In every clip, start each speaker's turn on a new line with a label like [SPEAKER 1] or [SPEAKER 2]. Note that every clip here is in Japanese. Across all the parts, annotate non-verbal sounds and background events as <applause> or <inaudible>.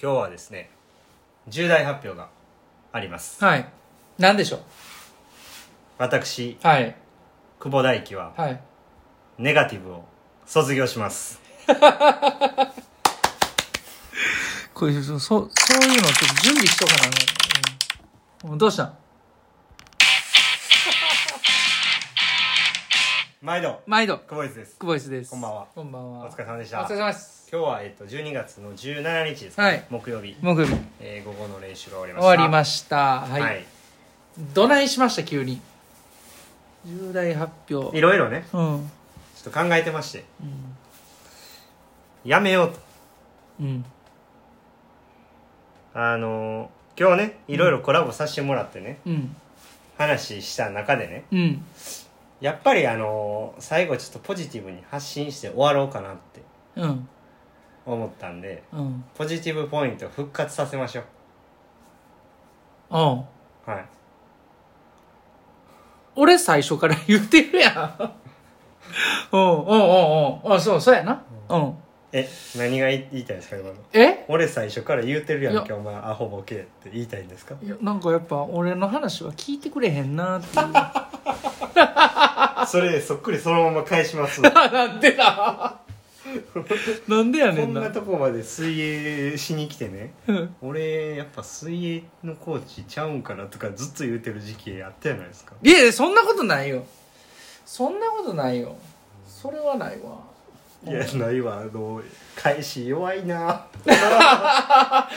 [SPEAKER 1] 今日はですね重大発表があります
[SPEAKER 2] はい。なんでしょう
[SPEAKER 1] 私
[SPEAKER 2] はい。
[SPEAKER 1] 久保大輝は
[SPEAKER 2] はい。
[SPEAKER 1] ネガティブを卒業します
[SPEAKER 2] こういう、そう、そういうのちょっと準備しとかなね。うん、どうしたん
[SPEAKER 1] 毎度
[SPEAKER 2] 毎度、
[SPEAKER 1] 久保井です
[SPEAKER 2] 久保イスです。
[SPEAKER 1] こんばんは
[SPEAKER 2] こんばんは。
[SPEAKER 1] お疲れ様でし
[SPEAKER 2] お
[SPEAKER 1] た
[SPEAKER 2] 疲れ
[SPEAKER 1] 今
[SPEAKER 2] 様です。
[SPEAKER 1] 日は、えっと、12月の17日ですね、
[SPEAKER 2] はい
[SPEAKER 1] 木曜日、
[SPEAKER 2] 木曜日、
[SPEAKER 1] えー午後の練習が終わりまし
[SPEAKER 2] 終
[SPEAKER 1] た
[SPEAKER 2] わり
[SPEAKER 1] し
[SPEAKER 2] ました。は
[SPEAKER 1] た
[SPEAKER 2] い。
[SPEAKER 1] はい、
[SPEAKER 2] どないしました、急に。重大発
[SPEAKER 1] い
[SPEAKER 2] 表。
[SPEAKER 1] ろいろね
[SPEAKER 2] うん。
[SPEAKER 1] ちょっと考えてまして、やめようと
[SPEAKER 2] うん。
[SPEAKER 1] あのー今日ねいろいろコラボさせてもらってね、
[SPEAKER 2] うん。
[SPEAKER 1] 話した中でね
[SPEAKER 2] うん。
[SPEAKER 1] やっぱりあのー最後ちょっとポジティブに発信して終わろうかなって
[SPEAKER 2] うん。
[SPEAKER 1] 思ったんで
[SPEAKER 2] うん。うん。
[SPEAKER 1] ポジティブポイント復活させましょ
[SPEAKER 2] うん
[SPEAKER 1] うはい
[SPEAKER 2] 俺最初から言ってるやん。うん、うん、うん、うん。あ、そう、そうやな。うん。
[SPEAKER 1] え何が言いたいんですか今の
[SPEAKER 2] え
[SPEAKER 1] 俺最初から言うてるやん
[SPEAKER 2] いや
[SPEAKER 1] けお前アホボケって言いたいんですか
[SPEAKER 2] いやなんかやっぱ俺の話は聞いてくれへんなって
[SPEAKER 1] <laughs>
[SPEAKER 2] いう
[SPEAKER 1] それそっくりそのまま返しますわ
[SPEAKER 2] なんでだ <laughs> なんでやね
[SPEAKER 1] こ
[SPEAKER 2] ん
[SPEAKER 1] <laughs> んな
[SPEAKER 2] な
[SPEAKER 1] とこまで水泳しに来てね
[SPEAKER 2] うん
[SPEAKER 1] 俺やっぱ水泳のコーチちゃうんかなとかずっと言うてる時期やったじゃないですか
[SPEAKER 2] いやいやそんなことないよそんなことないよそれはないわ
[SPEAKER 1] いやないわあの返し弱い <laughs> な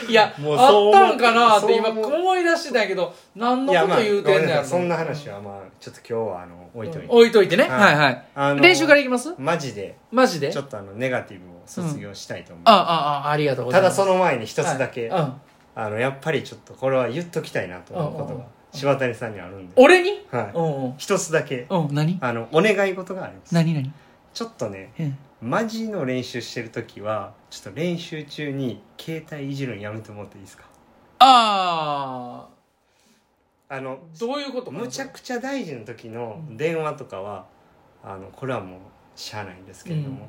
[SPEAKER 1] い
[SPEAKER 2] や
[SPEAKER 1] もう
[SPEAKER 2] あ
[SPEAKER 1] そう思
[SPEAKER 2] っ
[SPEAKER 1] う
[SPEAKER 2] たんかなって今
[SPEAKER 1] そう思う
[SPEAKER 2] 思い出してたけど何のこと言うてんねやろ、
[SPEAKER 1] そんな話はまあちょっと今日はあの置いといて、
[SPEAKER 2] 置いといてね、
[SPEAKER 1] は
[SPEAKER 2] はいい、はい
[SPEAKER 1] あの
[SPEAKER 2] 練習からいきます
[SPEAKER 1] マジで
[SPEAKER 2] マジで
[SPEAKER 1] ちょっとあのネガティブを卒業したいと思う、
[SPEAKER 2] あああありがとうござ
[SPEAKER 1] た
[SPEAKER 2] いま
[SPEAKER 1] だ
[SPEAKER 2] す
[SPEAKER 1] そ
[SPEAKER 2] の
[SPEAKER 1] の前に一つだけ、
[SPEAKER 2] うん、
[SPEAKER 1] あのやっぱりちょっとこれは言っときたいなと思うこと
[SPEAKER 2] うんうんう
[SPEAKER 1] が
[SPEAKER 2] ん
[SPEAKER 1] 柴谷さんにあるんで、
[SPEAKER 2] 俺に
[SPEAKER 1] は
[SPEAKER 2] うんう
[SPEAKER 1] い、一つだけ
[SPEAKER 2] んうん何
[SPEAKER 1] あのお願い事があります
[SPEAKER 2] 何何
[SPEAKER 1] ちょっとね
[SPEAKER 2] うん
[SPEAKER 1] マジの練習してる時はちょっと練習中に携帯いじるのやめてもらっていいですか
[SPEAKER 2] ああ
[SPEAKER 1] あの
[SPEAKER 2] どういうことかな
[SPEAKER 1] むちゃくちゃ大事な時の電話とかは、あのこれはもうしゃあないんですけれども、
[SPEAKER 2] うん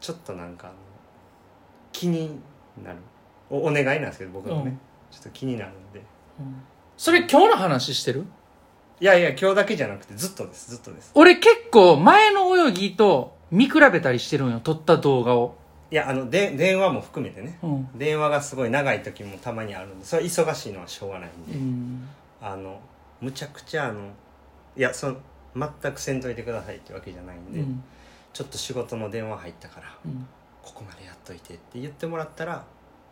[SPEAKER 1] ちょっとなんかあの気になるおお願いなんですけど僕のね、
[SPEAKER 2] うん
[SPEAKER 1] ちょっと気になるんで
[SPEAKER 2] それ今日の話してる
[SPEAKER 1] いやいや今日だけじゃなくてずっとですずっとです
[SPEAKER 2] 俺結構前の泳ぎと見比べたりしてるんよ撮った動画を、
[SPEAKER 1] いやあので電話も含めてね
[SPEAKER 2] うん
[SPEAKER 1] 電話がすごい長い時もたまにあるんでそれは忙しいのはしょうがないんで、
[SPEAKER 2] うん、
[SPEAKER 1] あのむちゃくちゃあのいやその全くせんといてくださいってわけじゃないん
[SPEAKER 2] う
[SPEAKER 1] で、
[SPEAKER 2] ん
[SPEAKER 1] ちょっと仕事の電話入ったから
[SPEAKER 2] うん、
[SPEAKER 1] ここまでやっといてって言ってもらったら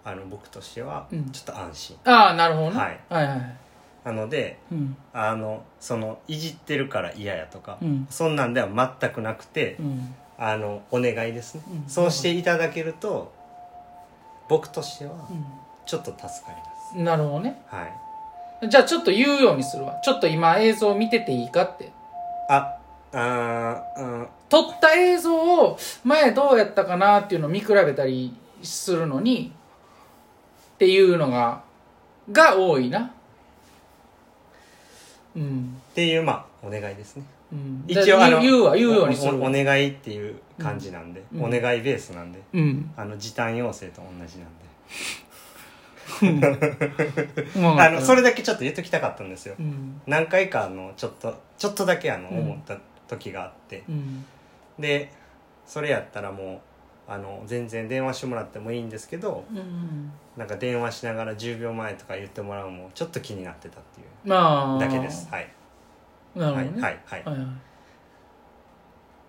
[SPEAKER 1] あの僕としては
[SPEAKER 2] うん
[SPEAKER 1] ちょっと安心、
[SPEAKER 2] ああなるほどね、
[SPEAKER 1] はい、
[SPEAKER 2] はいはい
[SPEAKER 1] なので
[SPEAKER 2] うん
[SPEAKER 1] あのそのいじってるから嫌やとか、
[SPEAKER 2] うん
[SPEAKER 1] そんなんでは全くなくて、
[SPEAKER 2] うん
[SPEAKER 1] あのお願いですね、
[SPEAKER 2] うん
[SPEAKER 1] そうしていただけると僕としては
[SPEAKER 2] う
[SPEAKER 1] ちょっと助かります、
[SPEAKER 2] んなるほどね
[SPEAKER 1] はい
[SPEAKER 2] じゃあちょっと言うようにするわちょっと今映像見てていいかって
[SPEAKER 1] ああーうん
[SPEAKER 2] 撮った映像を前どうやったかなっていうのを見比べたりするのにっていうのがが多いなうん
[SPEAKER 1] っていうまあお願いですね
[SPEAKER 2] うん
[SPEAKER 1] 一応
[SPEAKER 2] じゃ
[SPEAKER 1] あの
[SPEAKER 2] 言う言うわ言うようにす
[SPEAKER 1] お
[SPEAKER 2] る
[SPEAKER 1] お
[SPEAKER 2] わ
[SPEAKER 1] お願いっていう感じなんで、
[SPEAKER 2] うん
[SPEAKER 1] お願いベースなんで
[SPEAKER 2] うん
[SPEAKER 1] あの時短要請と同じなんで
[SPEAKER 2] うん
[SPEAKER 1] あのそれだけちょっと言っときたかったんですよ
[SPEAKER 2] うん
[SPEAKER 1] 何回かあのちょっとちょっとだけあの
[SPEAKER 2] うん
[SPEAKER 1] 思った時があって、
[SPEAKER 2] うん
[SPEAKER 1] でそれやったらもうあの全然電話してもらってもいいんですけど
[SPEAKER 2] うん
[SPEAKER 1] なんか電話しながら10秒前とか言ってもらうのもちょっと気になってたっていう
[SPEAKER 2] まあ
[SPEAKER 1] だけですはい
[SPEAKER 2] なる
[SPEAKER 1] は
[SPEAKER 2] ほ
[SPEAKER 1] い
[SPEAKER 2] どね
[SPEAKER 1] はいはい、
[SPEAKER 2] はいはい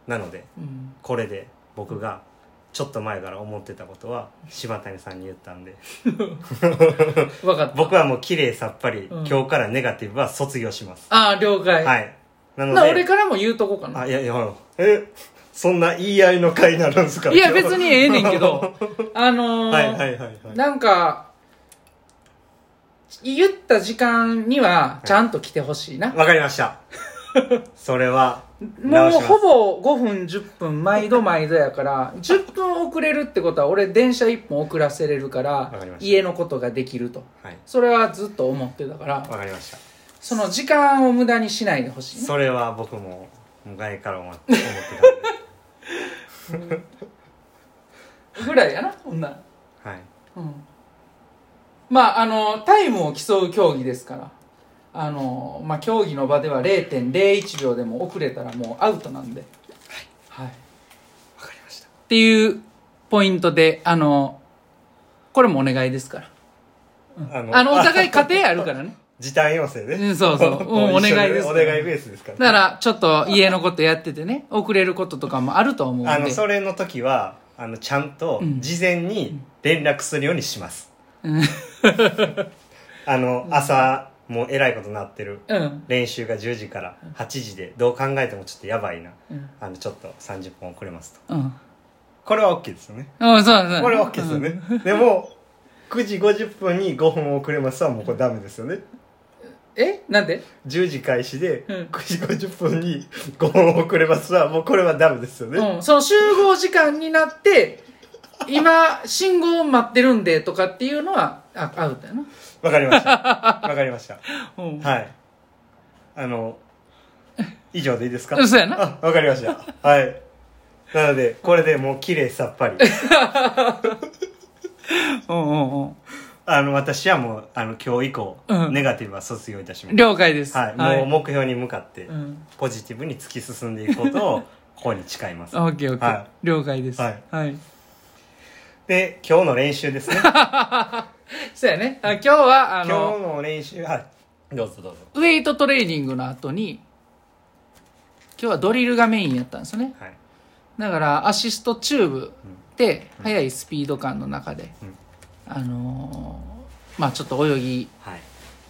[SPEAKER 1] なので
[SPEAKER 2] うん
[SPEAKER 1] これで僕がちょっと前から思ってたことは柴谷さんに言ったんで
[SPEAKER 2] 分かった
[SPEAKER 1] 僕はもう綺麗さっぱり、
[SPEAKER 2] うん
[SPEAKER 1] 今日からネガティブは卒業します
[SPEAKER 2] ああ了解
[SPEAKER 1] はいなの
[SPEAKER 2] な
[SPEAKER 1] で
[SPEAKER 2] 俺からも言うとこかな
[SPEAKER 1] <laughs> あ、いやいや、ほらえ、そんな言い合いの会になるんですか
[SPEAKER 2] いや別にええねんけどあのー
[SPEAKER 1] はいはいはいはい。
[SPEAKER 2] なんか言った時間にはちゃんと来てほしいな、
[SPEAKER 1] わかりま
[SPEAKER 2] <laughs>
[SPEAKER 1] した。それは、
[SPEAKER 2] もう
[SPEAKER 1] 直します
[SPEAKER 2] ほぼ5分10分毎度毎度やから10分遅れるってことは俺電車1本遅らせれる
[SPEAKER 1] か
[SPEAKER 2] か
[SPEAKER 1] り
[SPEAKER 2] ら
[SPEAKER 1] ました
[SPEAKER 2] 家のことができると
[SPEAKER 1] はい。
[SPEAKER 2] それはずっと思ってたから
[SPEAKER 1] わかりました。
[SPEAKER 2] その時間を無駄にしないでほしいね
[SPEAKER 1] それは僕も、前から思って思って
[SPEAKER 2] ぐらいやなこんなら
[SPEAKER 1] たんで。はい。
[SPEAKER 2] うんまあ、あの、タイムを競う競技ですから、あの、まあ、競技の場では0.01秒でも遅れたらもうアウトなんで、はい。っ
[SPEAKER 1] わかりました
[SPEAKER 2] ていうポイントで、あの、これもお願いですから。
[SPEAKER 1] あの
[SPEAKER 2] あの、お互い家庭あるからね。
[SPEAKER 1] <laughs> 時短要請ね、
[SPEAKER 2] うんそう
[SPEAKER 1] <laughs>
[SPEAKER 2] そううん
[SPEAKER 1] も
[SPEAKER 2] お願い
[SPEAKER 1] 一緒に
[SPEAKER 2] です
[SPEAKER 1] お願いベースですから
[SPEAKER 2] だから、ちょっと家のことやっててね、遅れることとかもあると思うんで。
[SPEAKER 1] あのそれの時はあのちゃんと
[SPEAKER 2] うん
[SPEAKER 1] 事前に連絡するようにします、
[SPEAKER 2] うん
[SPEAKER 1] <laughs> あの朝もうえらいことなってる
[SPEAKER 2] うん。
[SPEAKER 1] 練習が10時から8時でどう考えてもちょっとやばいな
[SPEAKER 2] うん。
[SPEAKER 1] あのちょっと30分遅れますと
[SPEAKER 2] うん。
[SPEAKER 1] これは OK ですよね
[SPEAKER 2] うん、そうそう。
[SPEAKER 1] これは OK ですよね、でも9時50分に5分遅れますはもうこれダメですよね
[SPEAKER 2] うん。えなんで
[SPEAKER 1] 10時開始で
[SPEAKER 2] うん
[SPEAKER 1] 9時50分に5分遅れますはもうこれはダメですよね、
[SPEAKER 2] うん、その集合時間になって、今、信号を待ってるんでとかっていうのは、あ、アウトやな。
[SPEAKER 1] わかりましたわかりました
[SPEAKER 2] うん。
[SPEAKER 1] はい。あの、以上でいいですか
[SPEAKER 2] うんそうやな
[SPEAKER 1] あわかりました。はい。なので、これでもう綺麗さっぱり。
[SPEAKER 2] うんうんうん。
[SPEAKER 1] あの、私はもう、あの、今日以降、
[SPEAKER 2] うん
[SPEAKER 1] ネガティブは卒業いたします。
[SPEAKER 2] 了解です。
[SPEAKER 1] はい。もう目標に向かって、
[SPEAKER 2] うん。
[SPEAKER 1] ポジティブに突き進んでいくことを、ここに誓います。
[SPEAKER 2] オッケーオッケー
[SPEAKER 1] は。
[SPEAKER 2] 了解です。
[SPEAKER 1] はい。
[SPEAKER 2] はい。
[SPEAKER 1] で、今日の練習ですね。
[SPEAKER 2] そうやね。あ今日は、 <laughs> あ
[SPEAKER 1] 今日
[SPEAKER 2] の、
[SPEAKER 1] の練習、はい。どうぞどうぞ。
[SPEAKER 2] ウェイトトレーニングの後に、今日はドリルがメインやったんですよね。
[SPEAKER 1] はい。
[SPEAKER 2] だから、アシストチューブで、速いスピード感の中で、
[SPEAKER 1] うん
[SPEAKER 2] あのーまあちょっと泳ぎ
[SPEAKER 1] はい。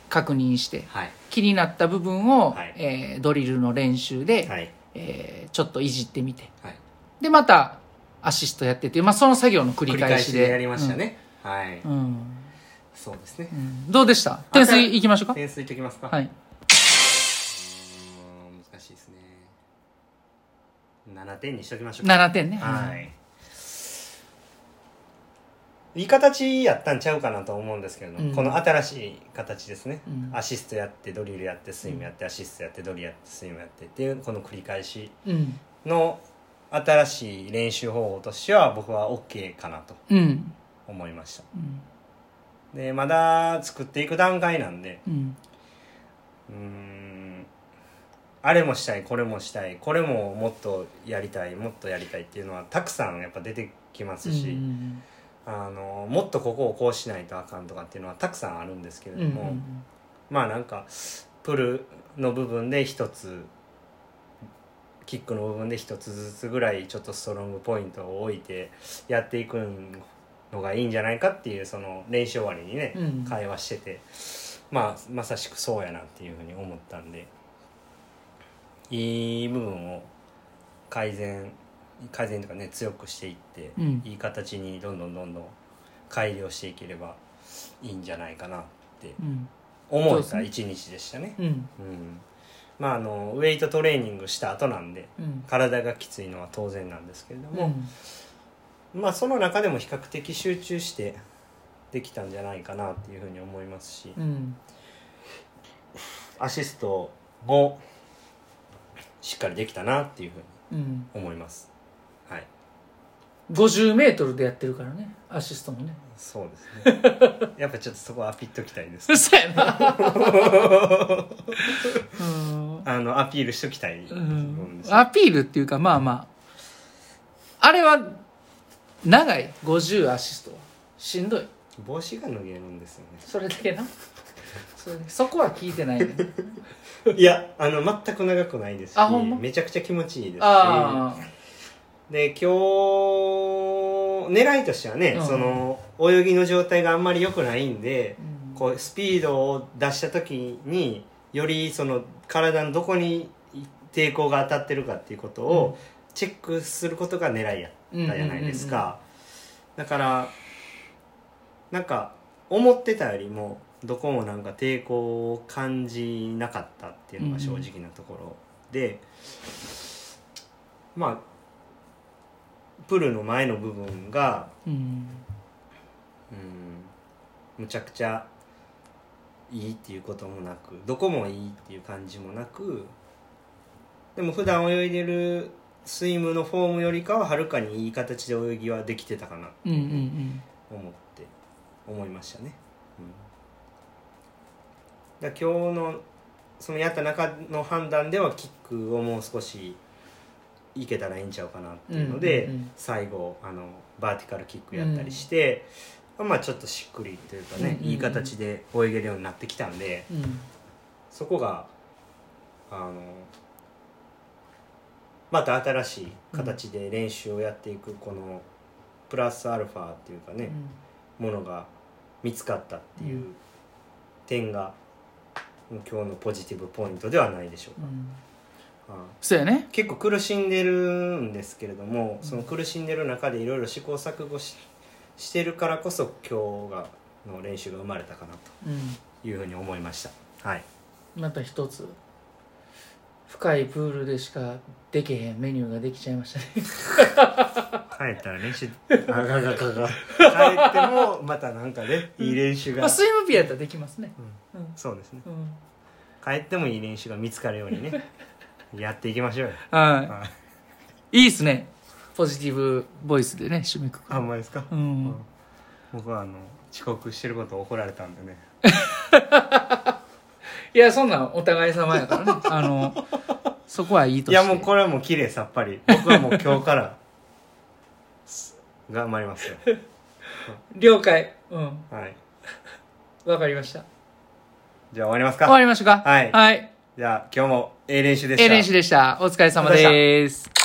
[SPEAKER 2] 確認して、
[SPEAKER 1] はい。
[SPEAKER 2] 気になった部分を、
[SPEAKER 1] はい
[SPEAKER 2] えードリルの練習で、
[SPEAKER 1] はい。
[SPEAKER 2] えーちょっといじってみて
[SPEAKER 1] はい。
[SPEAKER 2] でまたアシストやってっていう、まあ、その作業の繰り返しで
[SPEAKER 1] やりました、ね。はい
[SPEAKER 2] うん。うん
[SPEAKER 1] そうですね
[SPEAKER 2] う。んどうでした点数いきましょうか
[SPEAKER 1] 点数いってきますか。
[SPEAKER 2] はい
[SPEAKER 1] 難しいですね7点にしときましょうか
[SPEAKER 2] 7点ね、
[SPEAKER 1] はいいい形やったんちゃうかなと思うんですけれども、
[SPEAKER 2] うん
[SPEAKER 1] この新しい形ですね、
[SPEAKER 2] うん
[SPEAKER 1] アシストやってドリルやってスイムやって、アシストやってドリルやってスイムやってっていうこの繰り返し
[SPEAKER 2] うん
[SPEAKER 1] の新しい練習方法としては僕は OK かなと
[SPEAKER 2] うん
[SPEAKER 1] 思いました
[SPEAKER 2] うん
[SPEAKER 1] でまだ作っていく段階なんで
[SPEAKER 2] うん
[SPEAKER 1] うーんあれもしたいこれもしたいこれももっとやりたいもっとやりたいっていうのはたくさんやっぱ出てきますし、
[SPEAKER 2] うん
[SPEAKER 1] あのもっとここをこうしないとあかんとかっていうのはたくさんあるんですけれ
[SPEAKER 2] うんう
[SPEAKER 1] ども、
[SPEAKER 2] ん
[SPEAKER 1] まあなんかプルの部分で一つキックの部分で一つずつぐらいちょっとストロングポイントを置いてやっていくのがいいんじゃないかっていうその練習終わりにね、
[SPEAKER 2] うん
[SPEAKER 1] 会話してて、まあ、まさしくそうやなっていうふうに思ったんでいい部分を改善改善とかね強くしていって、
[SPEAKER 2] うん
[SPEAKER 1] いい形にどんどんどんどん改良していければいいんじゃないかなって
[SPEAKER 2] うん
[SPEAKER 1] 思え
[SPEAKER 2] そう
[SPEAKER 1] た
[SPEAKER 2] で
[SPEAKER 1] 一日でしたね。
[SPEAKER 2] うん
[SPEAKER 1] うんまあ、あのウェイトトレーニングした後なんで
[SPEAKER 2] うん
[SPEAKER 1] 体がきついのは当然なんですけれど
[SPEAKER 2] う
[SPEAKER 1] も、
[SPEAKER 2] ん
[SPEAKER 1] まあその中でも比較的集中してできたんじゃないかなっていうふうに思いますし
[SPEAKER 2] うん
[SPEAKER 1] アシストもしっかりできたなっていうふうに
[SPEAKER 2] うん
[SPEAKER 1] 思いますはい
[SPEAKER 2] 50メートルでやってるからねアシストも
[SPEAKER 1] <laughs>
[SPEAKER 2] ね
[SPEAKER 1] そうです
[SPEAKER 2] <laughs>
[SPEAKER 1] ねやっぱちょっとそこはアピっときたいです <laughs>
[SPEAKER 2] 嘘やなうん
[SPEAKER 1] あのアピールしときたいと
[SPEAKER 2] う
[SPEAKER 1] 思うん
[SPEAKER 2] ん
[SPEAKER 1] ですよ
[SPEAKER 2] アピールっていうかまあまああれは長い50アシストはしんどい
[SPEAKER 1] 帽子が脱げるんですよ
[SPEAKER 2] それだけなそれだけそこは聞いてないね
[SPEAKER 1] <laughs> ねいやあの全く長くないですし
[SPEAKER 2] あほんま
[SPEAKER 1] めちゃくちゃ気持ちいいですし
[SPEAKER 2] ああ
[SPEAKER 1] で今日狙いとしてはね、
[SPEAKER 2] うん
[SPEAKER 1] その泳ぎの状態があんまり良くないんで、
[SPEAKER 2] うん
[SPEAKER 1] こうスピードを出した時によりその体のどこに抵抗が当たってるかっていうことをチェックすることが狙いやったじゃないですか、だからなんか思ってたよりもどこもなんか抵抗を感じなかったっていうのが正直なところで、まあプルの前の部分が
[SPEAKER 2] うん
[SPEAKER 1] うんむちゃくちゃいいっていうこともなくどこもいいっていう感じもなくでも普段泳いでるスイムのフォームよりかははるかにいい形で泳ぎはできてたかな
[SPEAKER 2] うんうんうん
[SPEAKER 1] 思って思いましたねだから今日のそのやった中の判断ではキックをもう少しいけたらいいんちゃうかなっていうので、
[SPEAKER 2] うんうんうん
[SPEAKER 1] 最後あのバーティカルキックやったりして、まあちょっとしっくりというかね、
[SPEAKER 2] うんうんうん
[SPEAKER 1] いい形で泳げるようになってきたんで
[SPEAKER 2] うん
[SPEAKER 1] そこがあのまた新しい形で練習をやっていくこのプラスアルファっていうかね、ものが見つかったっていう点が今日のポジティブポイントではないでしょう
[SPEAKER 2] うんうん
[SPEAKER 1] か、はい
[SPEAKER 2] そうやね
[SPEAKER 1] 結構苦しんでるんですけれども、その苦しんでる中でいろいろ試行錯誤ししてるからこそ今日がの練習が生まれたかな
[SPEAKER 2] うん
[SPEAKER 1] というふうに思いましたはい
[SPEAKER 2] また一つ深いプールでしかできへんメニューができちゃいましたね
[SPEAKER 1] 帰ったら練習あがががが帰ってもまたなんかねいい練習
[SPEAKER 2] ま
[SPEAKER 1] が、
[SPEAKER 2] あ <laughs> スイムピアやったらできますねうん
[SPEAKER 1] そうですね
[SPEAKER 2] うん
[SPEAKER 1] 帰ってもいい練習が見つかるようにねやっていきましょうよ
[SPEAKER 2] は
[SPEAKER 1] はい
[SPEAKER 2] いいいっすねポジティブボイスでね締めくく
[SPEAKER 1] あんまりですか、
[SPEAKER 2] うん
[SPEAKER 1] うん僕はあの遅刻してることを怒られたんでね
[SPEAKER 2] いやそんなんお互い様や
[SPEAKER 1] <laughs>
[SPEAKER 2] からねあのそこはいいと
[SPEAKER 1] い
[SPEAKER 2] し
[SPEAKER 1] や
[SPEAKER 2] て
[SPEAKER 1] もうこれはもう綺麗さっぱり僕はもう今日から <laughs> す頑張りますよ
[SPEAKER 2] 了解うん
[SPEAKER 1] はい
[SPEAKER 2] わかりました
[SPEAKER 1] じゃあ終わります
[SPEAKER 2] 終わ
[SPEAKER 1] か
[SPEAKER 2] りましょうか
[SPEAKER 1] はい
[SPEAKER 2] はい
[SPEAKER 1] じゃあ今日もええ練習でした
[SPEAKER 2] ええ練習でしたお疲れ様です